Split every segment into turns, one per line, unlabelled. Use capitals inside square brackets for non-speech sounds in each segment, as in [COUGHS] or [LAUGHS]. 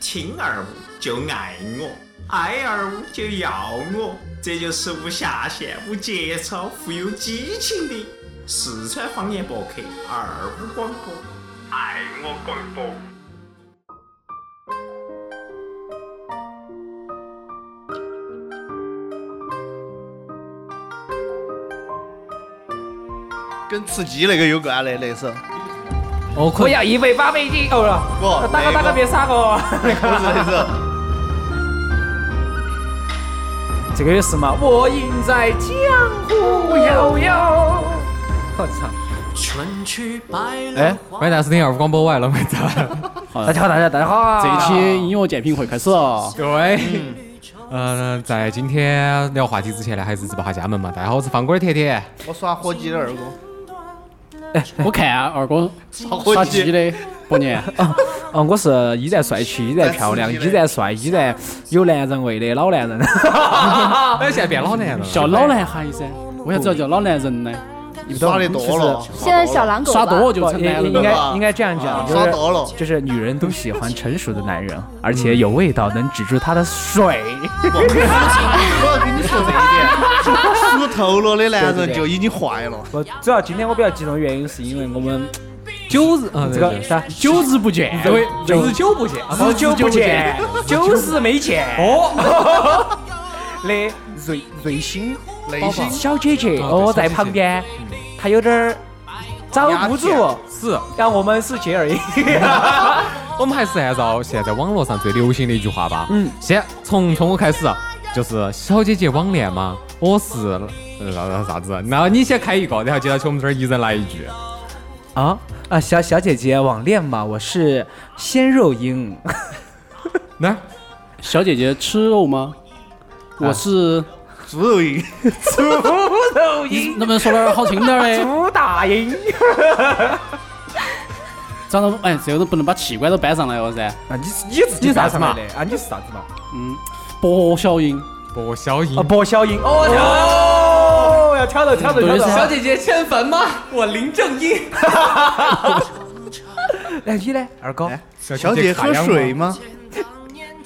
听二五就爱我，爱二五就要我，这就是无下限、无节操、富有激情的四川方言博客二五广播，爱我广播。
跟吃鸡那个有关的那首，
哦，
我
可以。
要一杯八杯的哦
我
了，大哥大
那个
哥别杀我，
不是那首。
这个也是嘛。我饮在江湖悠悠，我操！
春去白了
哎，
花
关大师听二五广播完了没得？
大家好，大家大家好。
这
这
一
一
期
期
音
音乐鉴评会开始了。
对，嗯，在今天聊话题之前呢，还是自报下家门嘛。大家好，我是放歌的甜甜。
[LAUGHS] 我耍火鸡的二哥，
[LAUGHS] 我看二哥
耍
耍
火
鸡
鸡，
的
[LAUGHS]
伯年，
嗯，我是依然帅气，依然漂亮，
但
依
是你呢
然帅，依然有男人味的老男人。
哎，现在变老男人了。[LAUGHS]
叫老男孩噻，为啥子要叫老男
[LAUGHS]
人呢？
耍的多了，
现在小狼狗吧
耍多了就
不
成
应
男人
应
了。
该应该这样讲，就
耍
是
啊多了。嗯
就是女人都喜欢成熟的男人，而且有味道，能止住他的水。
我要跟你说这 [LAUGHS] 一点，熟透了的男人就已经坏了。
我主要今天我比较激动的原因是因为我 [LAUGHS] 们
九日，
啊
嗯，
这个啥
久日不见，
这位日久不见，
好久啊不见，久日没见
哦，
[LAUGHS] 的瑞瑞欣
内心
小姐姐，
啊
哦，
对
在旁边，她有点儿遭不住，
是，
然后我们是去而已。
我们还是按照现在网络上最流行的一句话吧。嗯，先从从我开始，啊就是小姐姐网恋嘛，我是呃啥子？那你先开一个，然后接到起我们这儿一人来一句。
[LAUGHS] 啊啊，小小姐姐网恋嘛，我是鲜肉 [LAUGHS] 鹰，
来，
小姐姐吃肉吗？我是
猪肉硬，
猪肉鹰，
能不能说点儿好听点儿的？
猪大鹰。
长得哎，这个都不能把器官都搬上来了噻。
啊，你是你自己啥子嘛？啊，你是啥子嘛？
嗯，薄小英，
薄小英
啊，，薄小鹰。哦，要挑到挑到挑
对
到。
噻
姐姐迁坟吗？我林正英。
哎，你呢，二哥？
小姐喝水吗？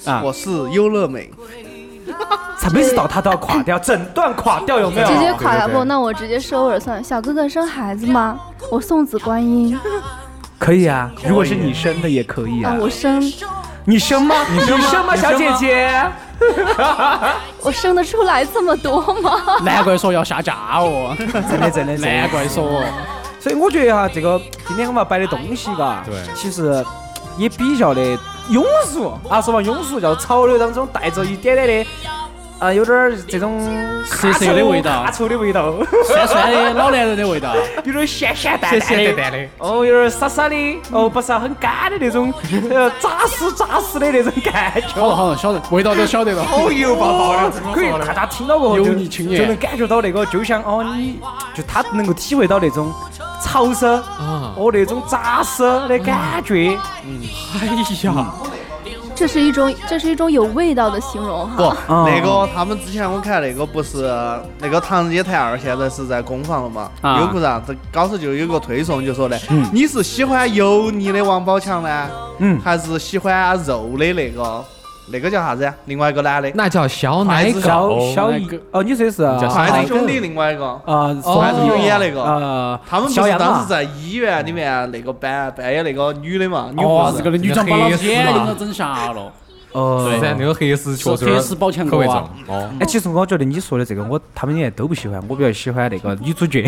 啊
我是优乐美，
他每次到他都要垮掉，整段垮掉有没有？
直接垮
对
了
对对
不？那我直接收尾算了。小哥哥生孩子吗？我送子观音
可以啊，如果是你生的也可以
啊
啊，。
我生
你生吗？你生吗？小姐姐，
我生得出来这么多吗？ [LAUGHS]
难怪说要下架哦，
真的真的真的
难怪说。
所以我觉得哈，这个今天我们要摆的东西，嘎，
对
其实也比较的庸俗啊。说嘛，庸俗叫潮流当中带着一点点的，啊，有点儿这种
涩涩的味道
卡臭的味道，
酸酸的哎老男人的味道，
有点咸咸淡
咸
淡
咸淡淡
的，
的，
哦，有点沙沙的，哦，不是很干的那种，呃，扎实扎实的那种感
好了
觉。
好了，晓得味道都晓得了。哎
好油爆爆的，
可以，大家听到过后就
油腻青年
就能感觉到那个，就像哦，你就他能够体会到那种潮湿
啊！
哦那种扎实的感觉。
哎呀，
这是一种这是一种有味道的形容
不
哈。，
啊
那个他们之前我看那个不是那个《唐人街探二》，现在是在公放了嘛？
啊
优酷上这高手就有个推送就说的，你是喜欢油腻的王宝强呢，
嗯
还是喜欢肉的那个那个叫啥子呀？另外一个男的，
那叫小奶
奶
狗
狗，
小
那
姨
个
哦，你说的是
叫啥
筷子兄弟另外一个，
啊，
筷子
哦
有演那个。
呃，
他们不
小
是
杨
当
嘛
时，在医院里面那个扮扮演那个女的嘛，女护
哦，
士
这，个女长把老哎子眼睛都整瞎了。
是噻，
呃，
那个黑丝确实有点
是黑丝宝强
口味
哥
重
啊
哦。
哎，其实我觉得你说的这个，我他们也都不喜欢，我比较喜欢那个女主 [LAUGHS] 角，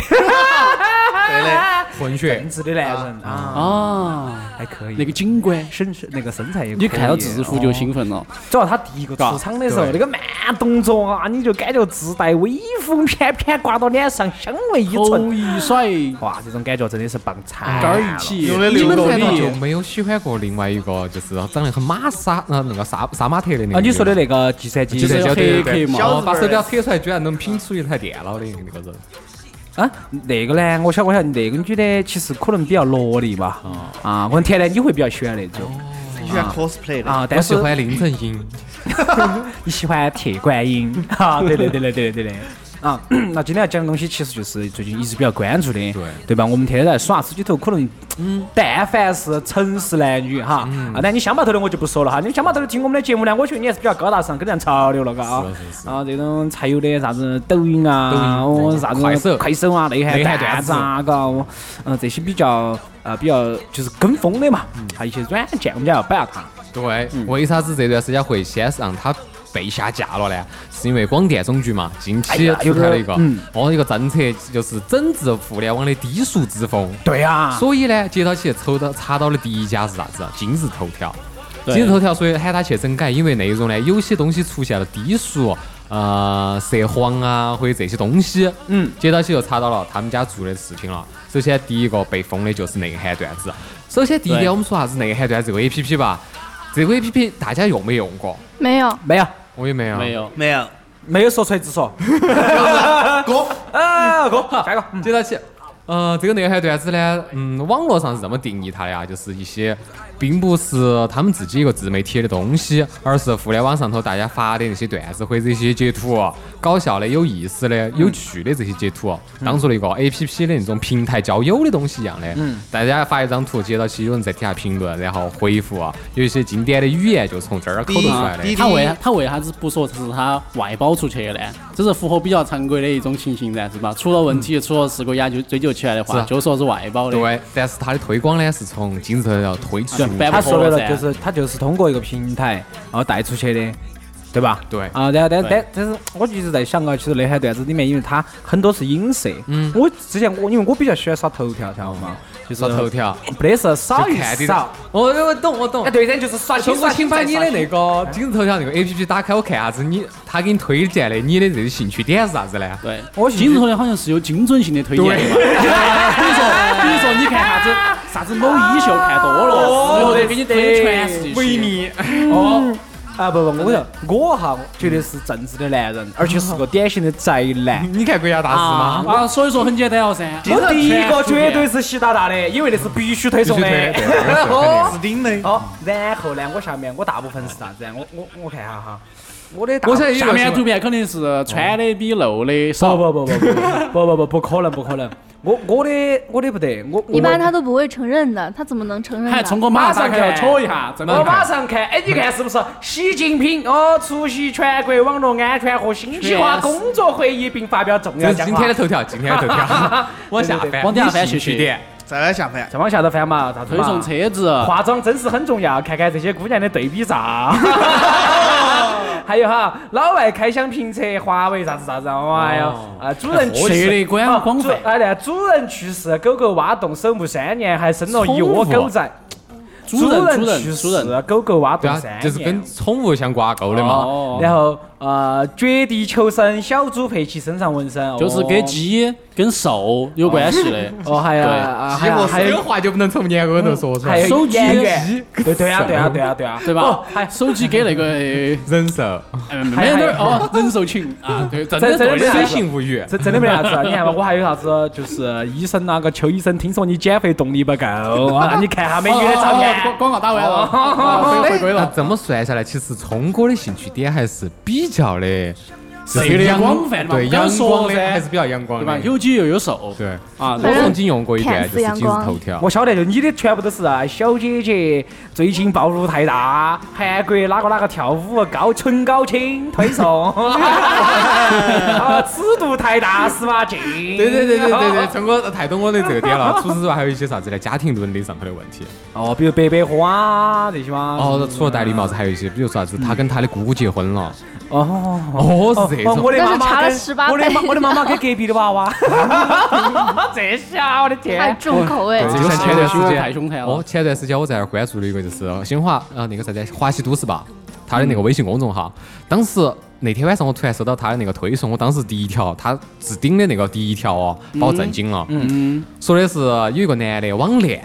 对
啊
的，
混血
正，直的男人啊，
啊，
还可以，啊
那个警官，
身身那个身材也可以，
你看到制服就兴奋了。
主要他第一个出场的时候，
对
那个慢动作啊，你就感觉自带微风翩翩刮到脸上，香味一
头
存。
一甩，
哇，这种感觉真的是棒啊
哎
惨
杆儿
了
一！起，
用的六
你
个
难道就
力，
没有喜欢过另外一个，就是长得很马莎，呃，那个杀杀马特的那个？
啊，你说的那个计算机
计算
机
机对对
黑客嘛
小
对，把
日本
手表扯出来，居然能拼出一台电脑的那个人。
啊，那个呢，我晓我晓得那个女的其实可能比较萝莉吧，
哦
啊，我跟甜甜你会比较喜欢那种
喜欢 cosplay 的，
啊，
我
但
喜
是
欢林正英，
你喜欢铁观
[LAUGHS]
音，哈，对对对对对对对。啊， [CLEARS THROAT] 那今天要讲的东西其实就是最近一直比较关注的，
对
对吧？我们天天在耍手机头，可能嗯，但凡是城市男女哈，
嗯
啊，那你乡坝头的我就不说了哈，你们乡坝头的听我们的节目呢，我觉得你还是比较高大上，跟得上潮流了，嘎啊
是是，是
啊，这种才有的啥子抖
抖
音
音
啊，哦，啥子
快手
快手啊，内
内
涵
涵
段
段
子
子
啊，嘎，我嗯，这些比较呃比较就是跟风的嘛，
嗯
还有一些软件我们家要摆下它。
对，
嗯
为啥子这段时间会先让它被下架了呢？是因为广电总局嘛，近
哎
期
呀
出台了一个
有点嗯
哦一个政策，就是整治互联网的低俗之风。
对啊，
所以呢，接到起抽到查到的第一家是啥子？今日头条。
对
今日头条所以喊他去整改，因为内容呢有些东西出现了低俗，呃，涉黄啊或者这些东西。
嗯，
接到起就查到了他们家做的事情了。首先第一个被封的就是内涵段子。首先第一点，
对
我们说啥子内涵段这个 A P P 吧？这个 A P P 大家用没用过？
没有，
没有
我也没有。
没。有，
没有，
没有说出来直说。
哥，
[LAUGHS] 啊，哥，下一个，嗯
接到起，呃，这个内涵段子呢，嗯，网络上是这么定义它的啊，就是一些并不是他们自己一个自媒体的东西，而是互联网上头大家发的那些段子或者一些截图，搞笑的、有意思的、有趣的这些截图，当做了一个 A P P 的那种平台交友的东西一样的。嗯，大家发一张图，接到起有人在底下评论，然后回复啊，有一些经典的语言就从这儿口头出来的。
滴滴
他为他为啥子不说是他外包出去的呢？这是符合比较常规的一种情形噻，是吧？出了问
嗯
题、出了事故，人家就追究起来的
是
话，
啊
就说是外包的。
对，但是它的推广呢是从今日头条推出
对
的，
摆
他
不
说白了
脱噻
就是他就是通过一个平台然后带出去的，对吧？
对
啊，然后但
对
但但是我一直在想啊，其实内涵段子里面，因为它很多是影射。嗯。我之前我因为我比较喜欢刷头条，晓得吗？就
刷头条。
不得事，少
就
与
看的
少。
我我懂我懂
哎，。对，人就是刷新。
通过请把你的那
个。
个今日头条那个 A P P 打开，我看啥子你他给你推荐的你的这个啊兴趣点是啥子呢？
对，
我信
今头呢好像是有精准性的推荐的嘛，比如说比如 [LAUGHS] 说你看啥子啥子某衣秀看多
哦
了，然后就给你推
对
全是一些。
密，
哦。啊不不，我说我哈，绝对是正直的男人，而且是个典型的宅男。
[LAUGHS] 你看国家大事
啊
吗？
啊，所以说很简单了噻。
我第一个绝对是习大大的，因为那是必须
必
推
须
崇
推对，。
的
对对肯定
是顶的。
好，然后呢，我下面我大部分是啥子啊？我我我看一下哈，我的大
我现在有
下
个
面图片肯定是穿的比露的少。
不不不不不不不不不可能不可能，我我的我的不得，我
一般他都不会承认的，他怎么能承认
还
呢？
通过马上要戳一下，真
我
的
马上看，哎，你看是不是？习近平哦，出席全国网络安全和信息化工作会议并发表重要
这是
讲
今
话
天的。头条，今天的头条，往下翻，
往底下翻
你兴
去
趣点。
再往下翻，
再往下头翻嘛，啥子
推
嘛
崇车子，啊
化妆真是很重要，看看这些姑娘的对比照。 [LAUGHS] 还有哈，老外开箱评测华为啥子啥子，哎呦，啊，主人去
涉
世
猎广广
主
泛
哎对，主人去世，狗狗挖洞守墓三年，还生了一窝狗仔。
主人主人
去
主人
世，狗狗挖
对
洞
啊
三，年，
就是跟宠物相挂钩的嘛。
哦，
然后呃，绝地求生，小猪佩奇身上纹身，哦
就是跟鸡跟兽有关系的。
哦，
[LAUGHS]
哦，还有
对
啊还
鸡
有
我
还
这个
有
话就不能从年哥头说出来
还有。
手机
演员
鸡
对对啊对啊对啊对啊，
对
哦
吧？哎
还
手机给那个呃
人兽，
没有点儿哦，人兽情啊，对，真的
真的
对
是
的
水性无语。
这真的没啥子啊，你看嘛，我还有啥子，就是医生那个邱医生，听说你减肥动力不够啊，你看下美女的照
哦哦哦
片
广，广告打完了，哦回回归
哎那
了。
这么算下来，其实聪哥的兴趣点还是比较的，
涉
就是
猎
阳
广泛的嘛
对，
不要
阳
说
光
噻
的还是比较阳光
对吧？
的。
有鸡又有兽，
对。
啊，
我
反正
曾经用过一段，
看
就
似
是
阳
今日
光
头条
我。晓得，就你的全部都是啊，小姐姐最近暴露太大，韩国哪个哪个跳舞高唇高清推送，啊，尺度太大是吧？禁，
对对对对对对，，聪哥太懂我的这个点了。除此之外，还有一些啥子呢？家庭伦理上头的问题。
哦，比如白百花这些嘛，
哦，除了戴绿帽子，还有一些，比如说啥子，他跟他的姑姑结婚了。
哦。
哦，是这
哦，我
种。
的妈
但是
妈
查了
跟我
18
的妈，
倍
我的妈妈跟隔壁的娃娃，这下我的
太
天！
重口味
对，
了。
就像前段时间，
太凶残了
哦，前段时间我在那儿关注了一个，就是新华呃那个啥子华西都市吧，他的那个微信公众号。当时那天晚上我突然收到他的那个推送，我当时第一条他置顶的那个第一条哦，把我震惊了。
嗯，
说的是有一个男的网恋，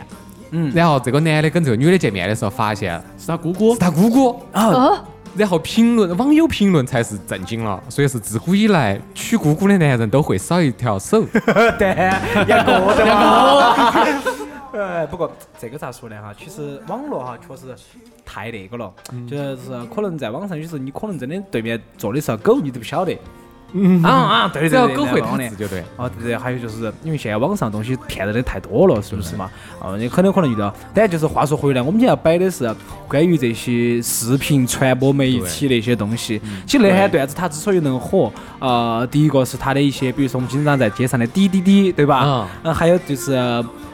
嗯
然后这个男的跟这个女的见面的时候，发现
是他姑姑
是，他姑姑。
哦，
然后评论网友评论才是震惊了，所以是自古以来娶姑姑的男人都会少一条手。
[LAUGHS] 对，要过的嘛。呃，不过这个咋说呢哈？其实网络哈确实太那个了，就是可能在网上有时候你可能真的对面坐的是个狗，你都不晓得。
嗯
啊啊，对对
只
对
要
对，
狗会打
懂的
字就对。
哦，对对，还有就是因为现在网上东西骗人的太多了，是不是嘛？啊，你很有可能遇到。但就是话说回来，我们今天要摆的是关于这些视频传播媒体那些东西。
嗯
其实那些段子它之所以能火，呃，第一个是它的一些，比如说我们经常在街上的滴滴滴，对吧
嗯？
嗯，还有就是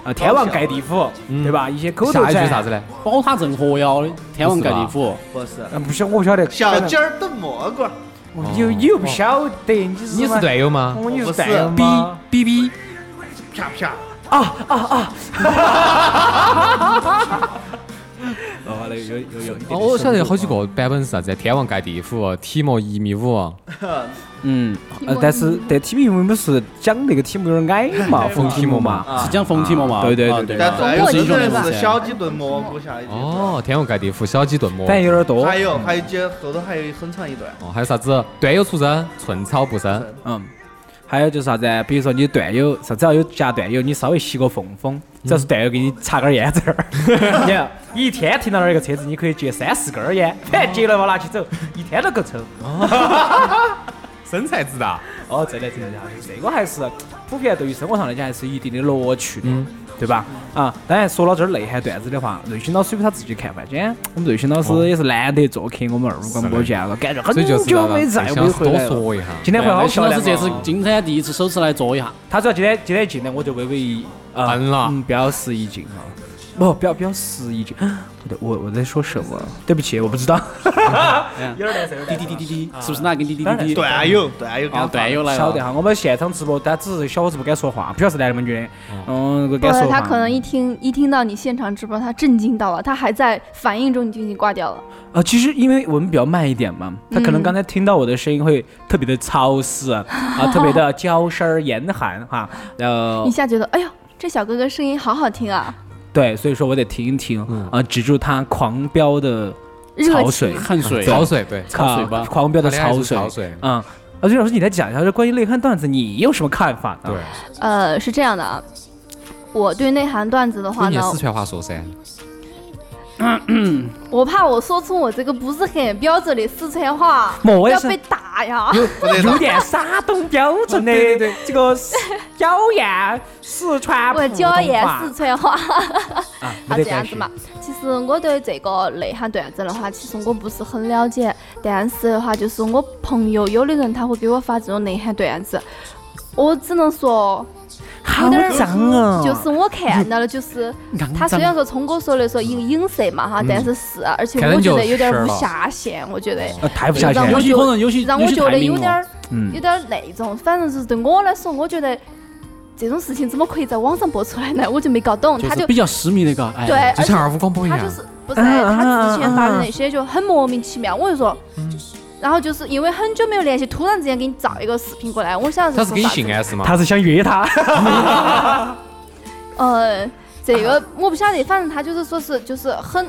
呃，天王盖地虎，对吧？一些口头
下一句
禅
啥子？呢？
宝塔镇河妖的天王盖地虎，
不是，
嗯，不晓我不晓得，
小鸡儿炖蘑菇，
你又你又不晓得，你是
哦你是
对，
段友吗？
我你
我不
是
是
对的
哔
吗？
哔哔，
啪啪。
哦，那有有有一
哦，
点。
我晓得有好几个版本是啥子？天王盖地虎，体模一米五，
嗯，
呃，但是但 T B 因为我们是讲那个题目有点矮嘛，冯提莫嘛，
啊
是讲冯提莫嘛？
对对
啊
对
对
对
但
吧。
还有一种人
我
是
记得
小鸡炖蘑菇下一句。
哦，天王盖地虎，小鸡炖蘑
反正
菇。
有点多。
还有还有接后头还有很长一段。
哦，还有啥子？段友出身，寸草不生。
嗯，还有就是啥子？啊比如说你段友，啥只要有加段友，你稍微吸个缝风，只要是段友给你插根烟子
[LAUGHS]
儿，你看你一天停到那儿一个车子，你可以接三四根儿烟，反正接了嘛拿起走，一天都够抽。
身材直达。
哦，真的真的，这个还是普遍对于生活上来讲还是有一定的乐趣的，对吧？啊，当然说到这儿内涵段子的话，瑞鑫老师有他自己看法。今天我们瑞鑫老师也是难得做客我们二五广播节了，感觉很
所以就是
久没再
想
没回
多
来了。
说一下。
今天会好
对
漂
哎老
亮
师
哦。
这次今天第一次首次来坐一下，
他主要今天今天一进来我就微微一呃
嗯了
嗯，表示一惊哈。哦不，表表示一惊。我的我我在说什么？对不起，我不知道。有点难受。
滴滴滴滴滴，是不是哪根滴滴
当然
滴滴？
段友，段友，
啊，对，又来
晓
了
得。哈，我们现场直播，但只是小伙子不敢说话，不晓得是男的吗？女的，嗯，不
不
敢说话。
他可能一听一听到你现场直播，他震惊到了，他还在反应中你就已经挂掉了。
啊，其实因为我们比较慢一点嘛，他可能
嗯
刚才听到我的声音会特别的潮湿啊，
[LAUGHS]
特别的娇声严寒哈，呃
一，下觉得，哎呦，这小哥哥声音好好听啊，
对，所以说我得停一停啊，止住他狂飙的
热
潮水
情。啊
汗水，
潮水对，
[LAUGHS] 潮水吧
啊狂飙的
他恋爱
潮
是
水，
潮水
嗯，啊，瑞老师，你来讲一下，就关于内涵段子，你有什么看法呢？
对，
呃，是这样的啊，我对内涵段子的话
你
呢
念，四川话说噻。
我怕我说出我这个不是很标准的四川话
没，我也
要
是
被打呀。
[LAUGHS]
[LAUGHS]
有点山东标准的这个娇艳四川普
我
通
椒盐
话
四川话，
啊，
好
没
这
得
样
关
子
系
嘛。其实我对这个内涵段子的话，其实我不是很了解，但是的话，就是我朋友有的人他会给我发这种内涵段子，我只能说
好脏哦，
就是我看到了，就是他虽然说聪哥说的说有影射嘛哈，但是是，啊而且
看了
我
你
觉
就
得有点
是
无
了
下限，我觉得
呃抬不下去
让我
有些
觉
可能有些
让
有
我
些
觉
太
得
明
有
了
点儿
嗯
有点儿那种，反正就是对我来说，我觉得这种事情怎么可以在网上播出来呢？我就没搞懂，
就
他
是
就
比较私密那个，哎，
对，而
就
且
像二五广播一
他
样
就。是不是他之前发的那些就很莫名其妙，我就说。然后就是因为很久没有联系，突然之间给你造一个视频过来，我想
他是给你
啥
性
子
暗示吗？
他是想约他。
呃，这个我不晓得，反正他就是说是就是很，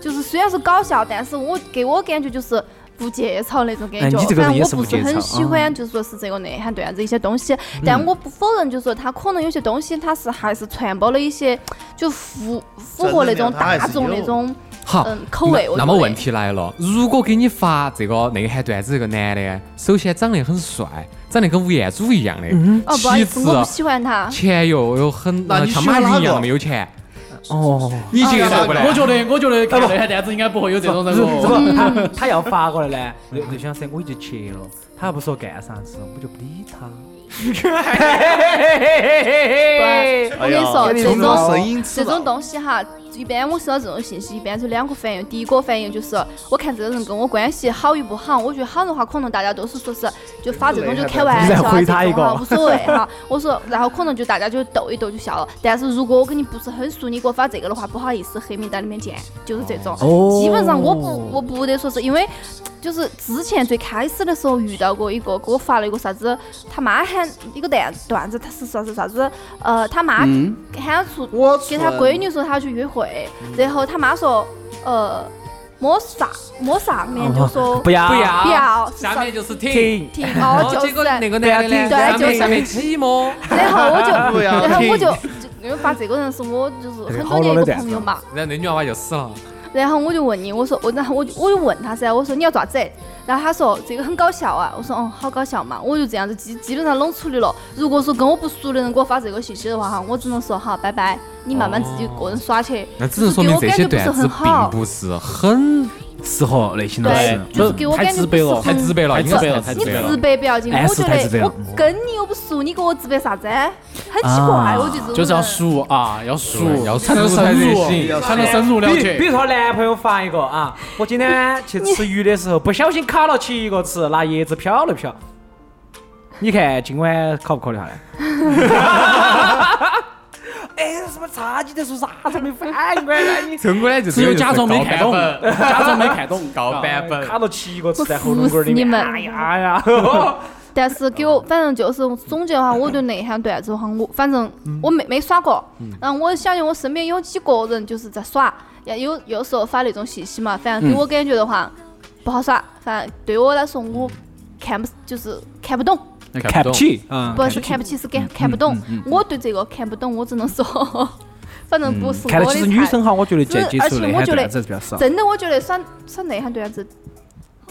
就是虽然是搞笑，但是我给我感觉就是不节操那种
哎
感
你
觉。
这个人
反正
也
我
是不
不是
节操嗯
很喜欢，就是说是这个内涵段子一些东西。但我不否认，就是说他可能有些东西他是还是传播了一些就符符合那种大众那种
好，
嗯口味。我
那
觉
么
得
问题来了，如果给你发这个内涵段子这个男的，首先长得很帅，长得跟吴彦祖一样的，
嗯
啊
哦，不好
其
意思，
次
啊
我不喜欢他。
钱又又很呃
那你
像
喜欢
马
哪
云
个
一样那么有钱，
哦，
你接受不
我
来？
觉得，我觉得看内涵段子应该不会有这种人
不
哦。
不， [LAUGHS]
嗯
他他要发过来呢，刘刘先生我已经去了，他不说干啥子，我就不理他。
不哎我跟你说，这
这种
种
声音吃
这种
了，
东西哈，一般我收到这种信息，一般就两个反应。第一个反应就是，我看这个人跟我关系好与不好。我觉得好的话，可能大家都是说是就发这种就开玩笑
再
啊，
回
这
他一
种
个
哈无所谓哈。我说，然后可能就大家就逗一逗就笑了。但是如果我跟你不是很熟，你给我发这个的话，不好意思，黑名单里面见，就是这种。
哦
基本上我不我不得说是因为。就是之前最开始的时候遇到过一个，给我发了一个啥子，他妈喊一个段段子，他是啥子啥子，呃，他妈
嗯，
喊出
我
给他闺女说他要去约会，
嗯
然后他妈说，呃，抹上抹上面就说
不要
哦不要
不要，
下面就是听，
停，
挺哦
结
就是
果，那个男的呢，
对
下
就
面
是
下面寂寞，
然
[LAUGHS]
后我就
不要
然后我
听
就就因为发这个人是我就是很多年一个朋友嘛，
然后那女娃娃就死了。
然后我就问你，我说我，然后我就我就问他噻，我说你要咋子？然后他说这个很搞笑啊，我说嗯，好搞笑嘛，我就这样子基基本上拢处理了。如果说跟我不熟的人给我发这个信息的话哈，我只能说好，拜拜，你慢慢自己个人耍去。
哦那只能说明这些段子并不是很
适合那些老
对
师。，
就是给我
太
感觉
直
不
白
是
了
很
太直白了，
太
应
直白
该
了
太
你
直白
直
了。
白不要紧，
哎
我
是
觉
太直白
得
了
我跟你又不熟，你给我直白啥子？很奇怪，
啊
我觉得这种
就是要
人
熟啊，要熟，
要
才能
熟才
深
得
入，
行
才能深入了
比比
解。
如说，男朋友发一个啊，我今天去吃鱼的时候，不小心卡了起一个吃，拿椰子漂了漂。你看今晚考不考虑下来？
[LAUGHS]
哎，什么差劲的说啥子没反应过来？
[LAUGHS]
你
撑过来就
只有假装没看
高
懂，
版
假装没
[LAUGHS]
看懂，
高版本。
卡到七个字在喉咙根儿里面，
我
哎
哦服
呀
你们
哎呀！
但是给我，反正就是总结的话，我对内涵段子的话，我反正我没没耍过。然后我相信我身边有几个人就是在耍，也有有时候发那种信息嘛，反正给我感觉的话不好耍。反正对我来说，我看不就是看不懂，
看不起，嗯，
不是看不起，是看看不懂。我对这个看不懂，我只能说， [LAUGHS] 反正不
嗯
是
看来
我
其实
的
女
菜
生。哈，我觉得接
只
接
而
触
且
内
我
涵
觉
段
得
子比较少。
真的，我觉得耍耍内涵段子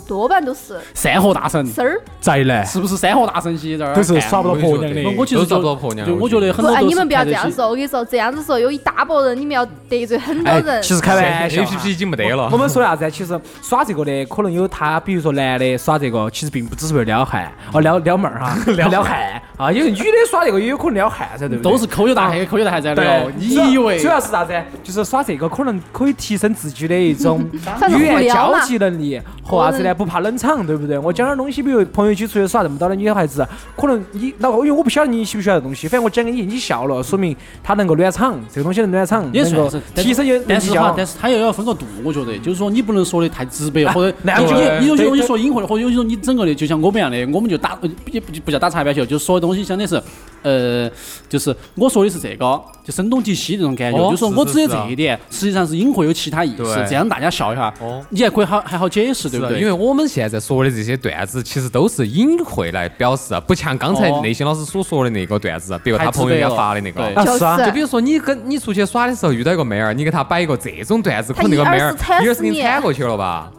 多半都是
山河大神
丝儿。
宅男
是不是山河大神些在这儿？
都是耍不到婆
我
娘
也觉
的
得。
我其实
都找
就
不到婆娘
就
我
我觉
觉
得
得
很
不，
多
哎，
都
你
是
们不要
看
这
得
样
起。
说，我跟你说，这样子说有一大波人，你们要得罪很多人。
哎其实开玩笑
A
哈。
啊
P P 已经没得了
我。们说啥子啊？其实耍这个的，可能有他，比如说男的耍这个，其实并不只是为了撩汉，哦，撩撩妹儿
[LAUGHS]
哈，撩撩汉啊。因为女的耍这个也有可能撩汉噻，对不对？
都是抠脚大汉，抠脚大汉在那儿
对
哦。，你以为
主要是啥子？就是耍这个可能可以提升自己的一
[LAUGHS]
种
算是
语
互
言
撩
交
嘛
际能力和啥子呢？不怕冷场，对不对？我讲点儿东西，比如朋友一起出去耍，这么多的女孩子，可能你那个，因为我不晓得你喜不喜欢这东西，反正我讲给你，你笑了，说明他能够暖场，这个东西能暖场，
嗯也
能
算
够
是
提升有
但
人际
是
交
啊
哈，
往
但。是他又要分个度，我觉得，就是说你不能说的太直白，或者
那
你
我
你有些
对
东西说隐晦，或者有些东西你整个的，就像我们一样的，我们就打呃不不不叫打擦边球，就说的东西相当于是，呃，就是我说的是这个，就声东击西这种感觉，
哦
就说
是
我
是
指的
是啊
这一点，实际上是隐晦有其他意思
对，
这样大家笑一下
哦，
你还可以好还好解释，对不
是啊
对？
因为我们现在说的这些段子，其实都是隐晦来表示，啊不像刚才
哦
那些老师所说的那个段子，啊比如他
太直
朋友
白
给他
了
发的那个
对。
啊
就是
啊
就比如说你跟你出去耍的时候遇到一个妹儿，你给她摆一个这种段子，可
她
能那个
一
妹
耳
儿
屎踩
一耳
死
屎给你
你
铲过去了吧？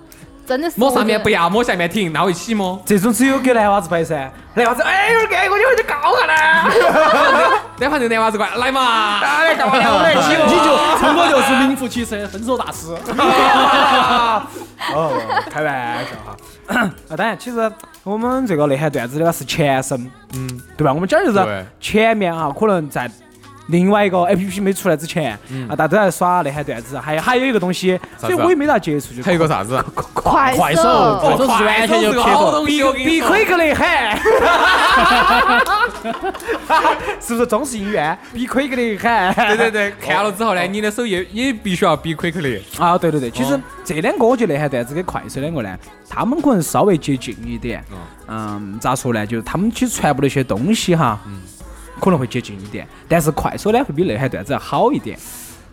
真的是
摸
我
上
觉
面
得
不要，摸下面挺，然后一起摸。
这种只有给男娃子摆噻，男娃子哎，有人给我，你回去告我
[LAUGHS]
嘞，
但凡这男娃子过来来嘛，
哎告我嘞，我来
你
起我。
就成果就是名副其实，分手大师。
哦，开玩笑哈。啊，当然，其实我们这个内涵段子的话是前身，嗯，对吧？我们讲的就是
对
前面啊，可能在另外一个 A P P 没出来之前，啊，大家都在耍内涵段子，还有还有一个东西，
啥
所
子
以
啊
我也没咋接触，就
还有个啥子？
快
快手
手，
快手是完全就
这个
撇
好
过，
东西，我跟你
比
说。
亏克的喊，是不是中式音乐？比亏克的
[LAUGHS]
喊，
对对对，看了之后呢，你的手也也必须要比 quick 的。
啊，对对对，其实这两个我觉得内涵段子跟快手两个呢，他们可能稍微接近一点。嗯，咋说呢？就是他们去传播的一些东西哈，可能会接近一点，但是快手呢会比内涵段子要好一点。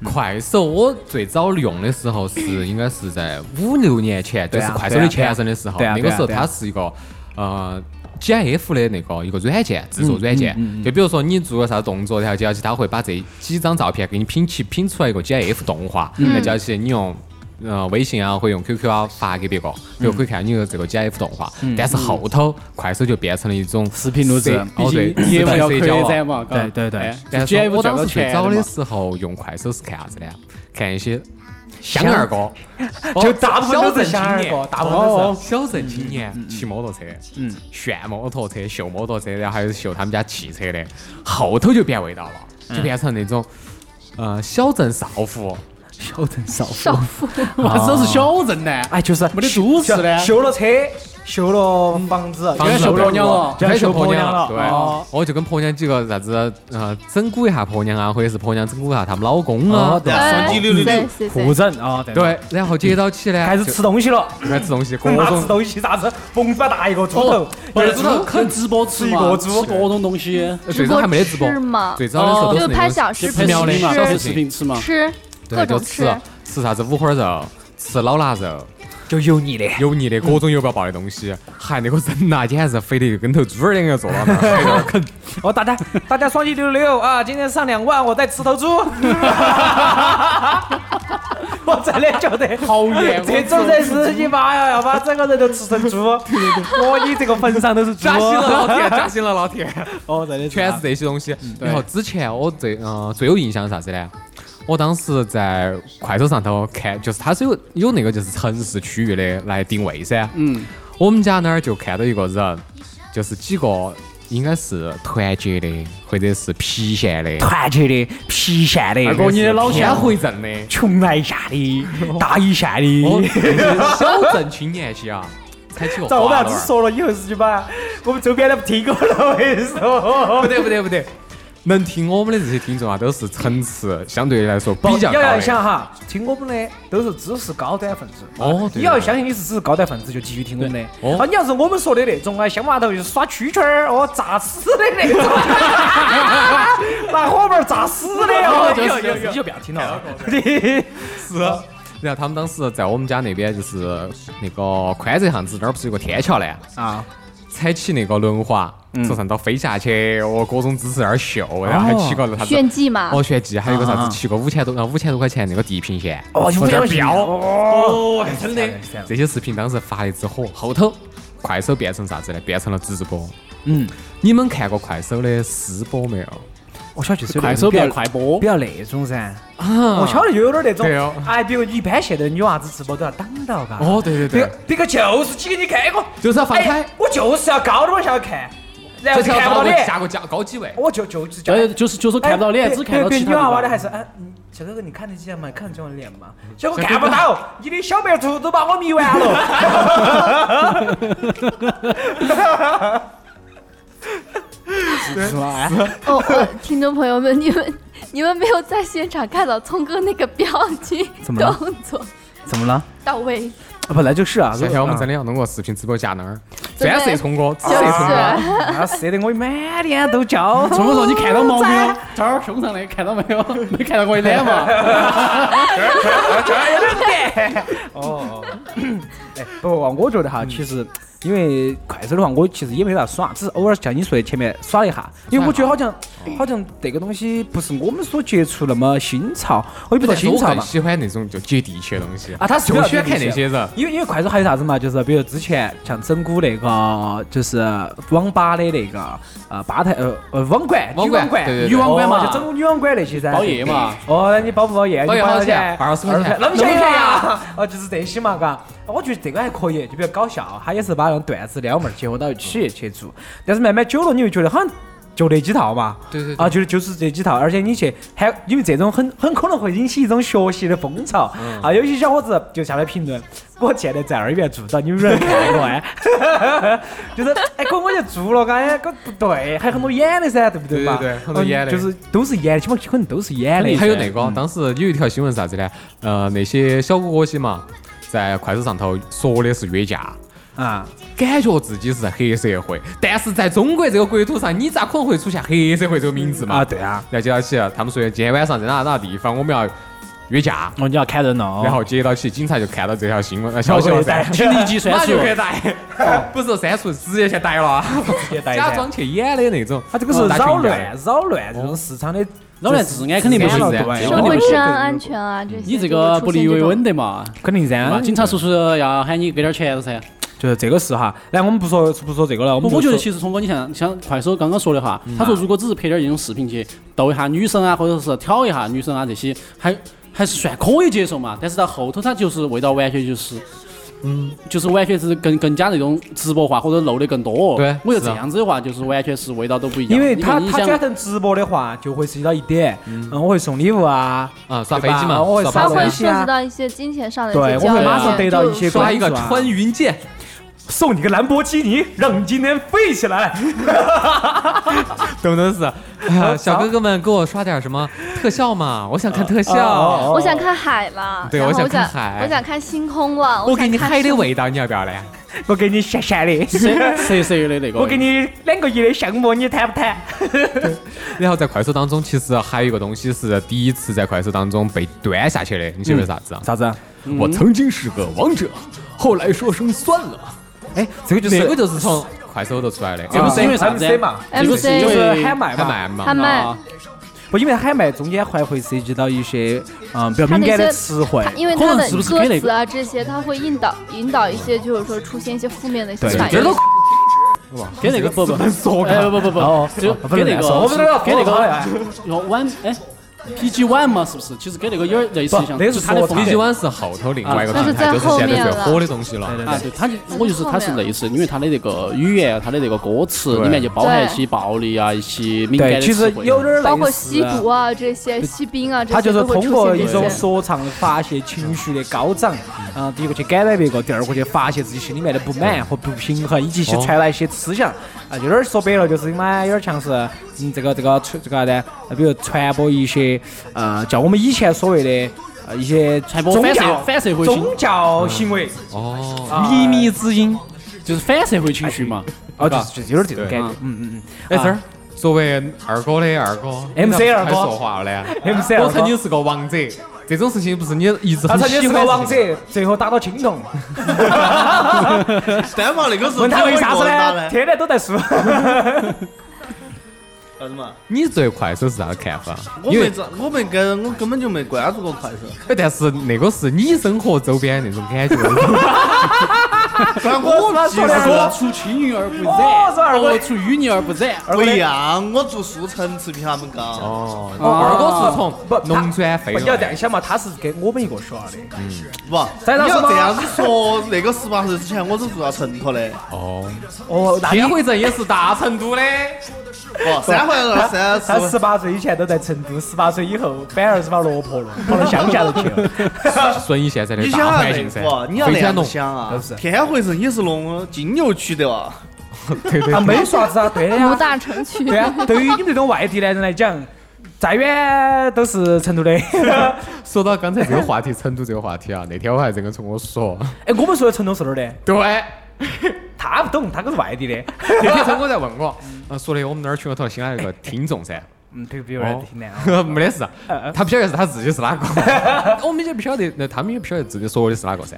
快手我最早用的时候是应该是在五六年前，就
对啊
是快手的前身的时候。
对啊对啊
那个时候
对啊
它是一个呃 GIF 的那个一个软件制作软件，
嗯
就比如说你做了啥动作，然后接下去它会把这几张照片给你拼起拼出来一个 GIF 动画，
嗯
那接下去你用。呃，微信啊，或者用 QQ 啊发给别
嗯
个，别个可以看啊你的这个 GIF 动画。但是后头快手就变成了一种
视频录制
社哦对，
毕竟业务要
社交
扩
网
展嘛，
对对对
但
但
是
是
我当时最
最
早的
的
时候用快手是看啥子呢？看一些香二哥，
就
哦
大部分都是
小
哦
镇
香二哥
青年，
大部分都
是小镇青
嗯
年骑摩托车，嗯，炫摩托车、秀摩托车，然后还有秀他们家汽车的，后头就变味道了，就
嗯
变成那种呃小镇少妇。
小镇少妇，
少妇，
哇， [LAUGHS] 这是小镇呢，
哎，就是
没得都市呢
修了车，修了房
哎
子，
房子
修
婆娘了
就
开
要
始
修婆娘
娘
了。
对
哦，
我就跟婆娘几个啥子呃整蛊一下婆娘啊，或者是婆娘整蛊一下他们老公啊
哦，对
哎
双击六六六
对是是
互整啊，对
对，然后接到起呢，
开始吃东西了，
就开始吃东西，各
那
种
吃东西啥子，嘣巴大一个猪头，
或者
猪
是看直播吃嘛
吃一个
吃
猪
各种东西，
最早还没得直播
是吗
最早的时候都是
就
那
拍
种
小
就
视
拍
频
吃喵的
嘛，
小
小
视
视
吃
频
频吃嘛，
吃各
对，就
种
吃啊吃啥子五花肉，吃老腊肉，
就油腻的。
油腻的各种油不要爆的东西，还那个人呐，简直是肥得跟头猪儿两个坐到那儿在那儿啃。
哦，大家大家双击六六六啊！今天上两万，我带吃头猪。 [LAUGHS] 我真的觉得
讨厌我
这种人是你妈呀，要把整个人都吃成猪。 [LAUGHS] 哦，你这个坟上都是 [LAUGHS] 猪。
[LAUGHS] 扎心了，老 [LAUGHS] 铁，扎心了，老铁。嗯
哦，真的
全是这些东西。然后之前我最嗯、最有印象是啥子呢？我当时在快手上头看，就是它是有有那个就是城市区域的来定位噻。
嗯，
我们家那儿就看到一个人，就是几个应该是团结的，或者是郫县的，哎
团结的、郫县的，
二哥你的老
天
乡回镇的，
邛崃县
[LAUGHS]
的、大邑县
哦，
的。
小镇青年期
[LAUGHS]
啊，开启个
咋我们
花
要
朵
只
儿。
说了以后是你妈，我们周边的不听我了，我跟你说
不。对不对不对，能听我们的这些听众啊，都是层次相对来说比较
你
高
要
的。
想哈，听我们的都是知识高端分子。
哦对
你要
了
相信你是知识高端分子，就继续听我们的。
对哦
啊，你要是我们说的那种啊，乡坝头就是耍蛐蛐儿，哦，炸死的那种，拿火把儿炸死的哦，
就是就是
你就不要听了。你
然后他们当时在我们家那边，就是那个宽窄巷子那儿不是有个天桥嘞？
啊，嗯
踩起那个轮滑，从上头飞下去，哦，各种姿势在那儿秀，然
哦
后还骑个啥子
炫技啊嘛
哦，，炫技，还有个啥子骑个五千多，啊，五千多块钱那个地平线，
哦，有点彪，
哦，真的
是这样，
这些视频当时发了一支火，后头快手变成啥子呢？变成了直播。
嗯，
你们看过快手的私播没有？
我晓得就是
快手
比
变
较
快播
比，较那种噻。
啊
我晓得就有点那
对哦
种，哎，比如一般现在女娃子直播都要挡到，嘎。
哦，对对
别
对
个，别个就是起给你看我，
就是要放
哎
开，
我就是要高的往下看，
这
然后
条
看不
高
到
位
脸，
下个高高几位。
我就就是叫
呃，就是就是看不到脸，
哎
只看到
别
其
别
他
女娃娃的
地
还
方。
是哎，嗯小哥哥你看得见吗？看得见我的脸吗？小哥看不到，你的小白兔都把我迷完
[LAUGHS]
了。
哦，我听众朋友们，你们你们没有在现场看到聪哥那个表情
怎么了
动作
怎么了？
到位，
啊本来就是啊
下天我们真
的
的
哦
要弄个视频直播夹那儿，
真的
专射聪哥，只
就
射聪哥。
是
啊，射得我满脸都焦。
聪哥说：“你看到毛没有？这儿胸上的看到没有？没看到我的脸嘛？
[LAUGHS] 哦， [COUGHS] 哎，不不，不我觉得
嗯
哈，其实因为快手的话，我其实也没咋耍，只是偶尔像你说的前面耍一下，因为我觉得好像好像这个东西不是我们所接触那么新潮，我也不
不
叫
但是
新
我
潮
很
嘛。
喜欢那种就接地气的东西
啊，他是
就
比较
喜欢
接地
看
气
那些人。
因为因为快手还有啥子嘛，就是比如之前像整蛊那个，就是网吧的那个呃吧台呃呃网管、
网
女
管
网管、
对对对
女网管
哦
嘛，就整蛊女网管那些噻，
包夜嘛。
哦，你包不包夜？
包夜
你包
好
多
像
钱？
20块钱
那么便宜呀！哦，就是这些嘛，嘎。我觉得这个还可以，就比较搞笑，他也是把那种段子撩妹儿结合到一起去做。但是慢慢久了，你会觉得好像。就那几套嘛，
对对对
啊，就就是这几套，而且你去还因为这种很很可能会引起一种学习的风潮、
嗯
啊，有些小伙子就下来评论，我现在在二院住到你们有人看过哎， [LAUGHS] 就是哎哥我就住了，嘎哎哥不对，还有很多演的噻，对不嘛？
对对对很多
嗯
演的
就是都是演的，起码可能都是演的。
还有那个，当时有一条新闻是啥子呢？呃，那些小哥些嘛，在快手上头说的是约架，
啊，
感觉自己是黑社会，但是在中国这个国土上，你咋可能会出现黑社会这个名字嘛？
啊对啊。
然后接到起，他们说今天晚上在哪哪地方我们要约架，
哦，你要砍人了哦
然后接到起警察就看到这条新闻呃消息了噻。
请立即删
那
除
就。可以逮， [LAUGHS] 不是删除，直接去逮
[LAUGHS]
了，假装去演的那种。
他啊这个是
大
扰
群架
乱扰乱这种市场的
扰乱治安肯定不行
对
噻
社
我
会
们
治安安全啊这些。
嗯你这个不利于维稳的嘛？
肯定噻
对吧？。警察叔叔要喊你给点钱噻。
就是这个是哈，来我们不说不说这嗯个了，我
不，
们
我觉得
就
其实聪哥，你像像快手刚刚说的哈，他说如果只是拍点这种视频去逗一下女生啊，或者是挑一下女生啊这些，还还是算可以接受嘛。但是到后头他就是味道完全就是，嗯，就是完全是更更加那种直播化或者露的更多。
对
我觉得
是啊
这样子的话，就是完全是味道都不一样。
因为
你
他
看你
他
想
转成直播的话，就会涉及到一点，嗯，我会送礼物啊，
啊，耍
对
飞
吧
机嘛，
我会
耍
耍
它
巴
飞
士
会
关
涉
系啊
及到一些金钱上的一
对，
些
我
交
会
易
马
啊，
上得到一
就
些
刷一个
关注啊
穿云箭，
送你个兰博基尼，让你今天飞起来。
懂得
[LAUGHS]
是？啊小哥哥们，给我刷点什么特效嘛？我想
哦
看特
啊
效，
我想看海了，
对
然后
我想
我
看海
我想看星空
哦
了，
我
想
给你
看
嗨的
生
味道，你要不要啊嘞？
我给你闪闪 [LAUGHS] 的，
色色的那个，
我给你两个亿的项目，你谈不谈？
[LAUGHS] 然后在快手当中，其实还有一个东西是第一次在快手当中被端下去的，你晓得啥子啊？
啥子？
我曾经是个王者，后来说声算了。
哎，这个就
这
是
个就是从快手头出来的，
这个
啊
是因为啥子
MC 嘛
这个是因
就是
为
喊麦
还
嘛。
卖嘛
他？们
啊
不，因为海麦中间还会涉及到一些嗯比较
它
敏
那
感的
些
词汇
它，因为
可
它
能
的
是不是
歌
给那
词啊这些，它会引导引导一些，就是说出现一些负面的一些
对
反
这
应。
都跟那个不不
说
哎不不不
哦
不，就
不
跟
能
那
乱说
个
我们这要
跟那
哦脱了
个
呀
要 one 哎 PG one 嘛是不是？其实跟那个有点类似
不
像，
那
就是是它的
说
风
它
B
格
G One 是后头另外一个
啊
平台，
那
就是是现在
在
最
后面
火的东西了。
啊，对，它就
它
我
是
就是
后
它是
面
类似，因为它的那个语言，啊它的那个歌词
对
里面就包含一
对
些暴力啊，一些敏感
对，
的
其
词
实
汇啊
有点儿类似。
包括吸毒啊这些、吸冰啊这
他
些，
就是
都会
通
出
过
现
一
这
种
些
说唱发泄情绪的高涨，啊，第一个去感染别个，第二个去发泄自己心里面的不满和不平衡，以及去传达一些思想，啊，有点儿说白了就是嘛，有点儿像是嗯这个这个传这个啥呢？呃比如传播一些呃，像我们以前所谓的呃一些
传播
宗
反社
教
反社会性
宗教行为，
哦，
啊靡靡之音，
就是反社会情绪嘛。
啊，就是就是有点这种
对
感觉，嗯嗯
哎，这儿作为二哥的二哥
MC
你咋
二
不
哥
太说话了呢。
嗯，MC
我
二
曾
哥
经。是个王者，这种事情不是你一直
他
很
曾经
喜
是
欢的
个王
事情
者，最后打到青铜。
但嘛，那个是
问他为啥子
我一个人打
呢？？天天都在啊输。
你对快手是啥子看法？
啊我
因
没
为
咋，我没跟，我根本就没关注过快手。
哎但是那个是你生活周边那种感觉，
但我其
说的
实
我出淤泥而不
哦是二
染，
位
我出淤泥而不染。
不一样，哎我做速成是比他们高。
哦，二哥是从农村飞
不你要这
来
样想嘛，他是给我们一个学的，
不，
再让
你
什
要
么
这样子说，那个十八岁之前我是住到城头的，
哦，
哦，那
天回镇也是大成都的，
不，三环二三
他
四
十八岁以前都在成都，十八岁以后反而是把落魄了，跑到乡下头去了。
顺应现在的
你想
大
啊
环
那
境噻
不，，你要
非
那
常
样
浓
子，想啊
都是，
天回镇也是龙金牛区的哇。
对对
啊，没啥子啊，对的
五
呀，
大城区。
对啊，对于你们这种外地男人来讲，再远都是成都的。 [LAUGHS] 哎
说到刚才这个话题，成都这个话题啊，那天我还这个从我说，
哎，我们说的成都是哪儿的？
对，
他不懂，他可是外地的。
那天成哥在问我，呃说的我们那儿群里头新来了一个听众噻，哦
嗯，这个比有点挺难
[LAUGHS]
啊。
没得事， [LAUGHS] 他不晓得是他自己是哪个，我们也不晓得，那他们也不晓得自己说的是哪个噻。